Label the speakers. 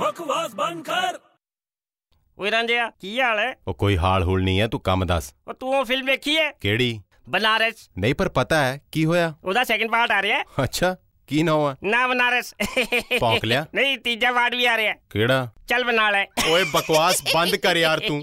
Speaker 1: ਬਕਵਾਸ ਬੰਦ ਕਰ
Speaker 2: ਓਏ ਰਾਂਝਿਆ ਕੀ ਹਾਲ ਹੈ
Speaker 3: ਉਹ ਕੋਈ ਹਾਲ ਹੂਲ ਨਹੀਂ ਹੈ ਤੂੰ ਕੰਮ ਦੱਸ
Speaker 2: ਉਹ ਤੂੰ ਉਹ ਫਿਲਮ ਵੇਖੀ ਹੈ
Speaker 3: ਕਿਹੜੀ
Speaker 2: ਬਨਾਰਸ
Speaker 3: ਨਹੀਂ ਪਰ ਪਤਾ ਹੈ ਕੀ ਹੋਇਆ
Speaker 2: ਉਹਦਾ ਸੈਕੰਡ ਪਾਰਟ ਆ ਰਿਹਾ ਹੈ
Speaker 3: ਅੱਛਾ ਕੀ ਨਾ ਹੋਇਆ
Speaker 2: ਨਾ ਬਨਾਰਸ
Speaker 3: ਭੌਂਕ ਲਿਆ
Speaker 2: ਨਹੀਂ ਤੀਜਾ ਪਾਰਟ ਵੀ ਆ ਰਿਹਾ ਹੈ
Speaker 3: ਕਿਹੜਾ
Speaker 2: ਚੱਲ ਬਣਾ ਲੈ
Speaker 3: ਓਏ ਬਕਵਾਸ ਬੰਦ ਕਰ ਯਾਰ ਤੂੰ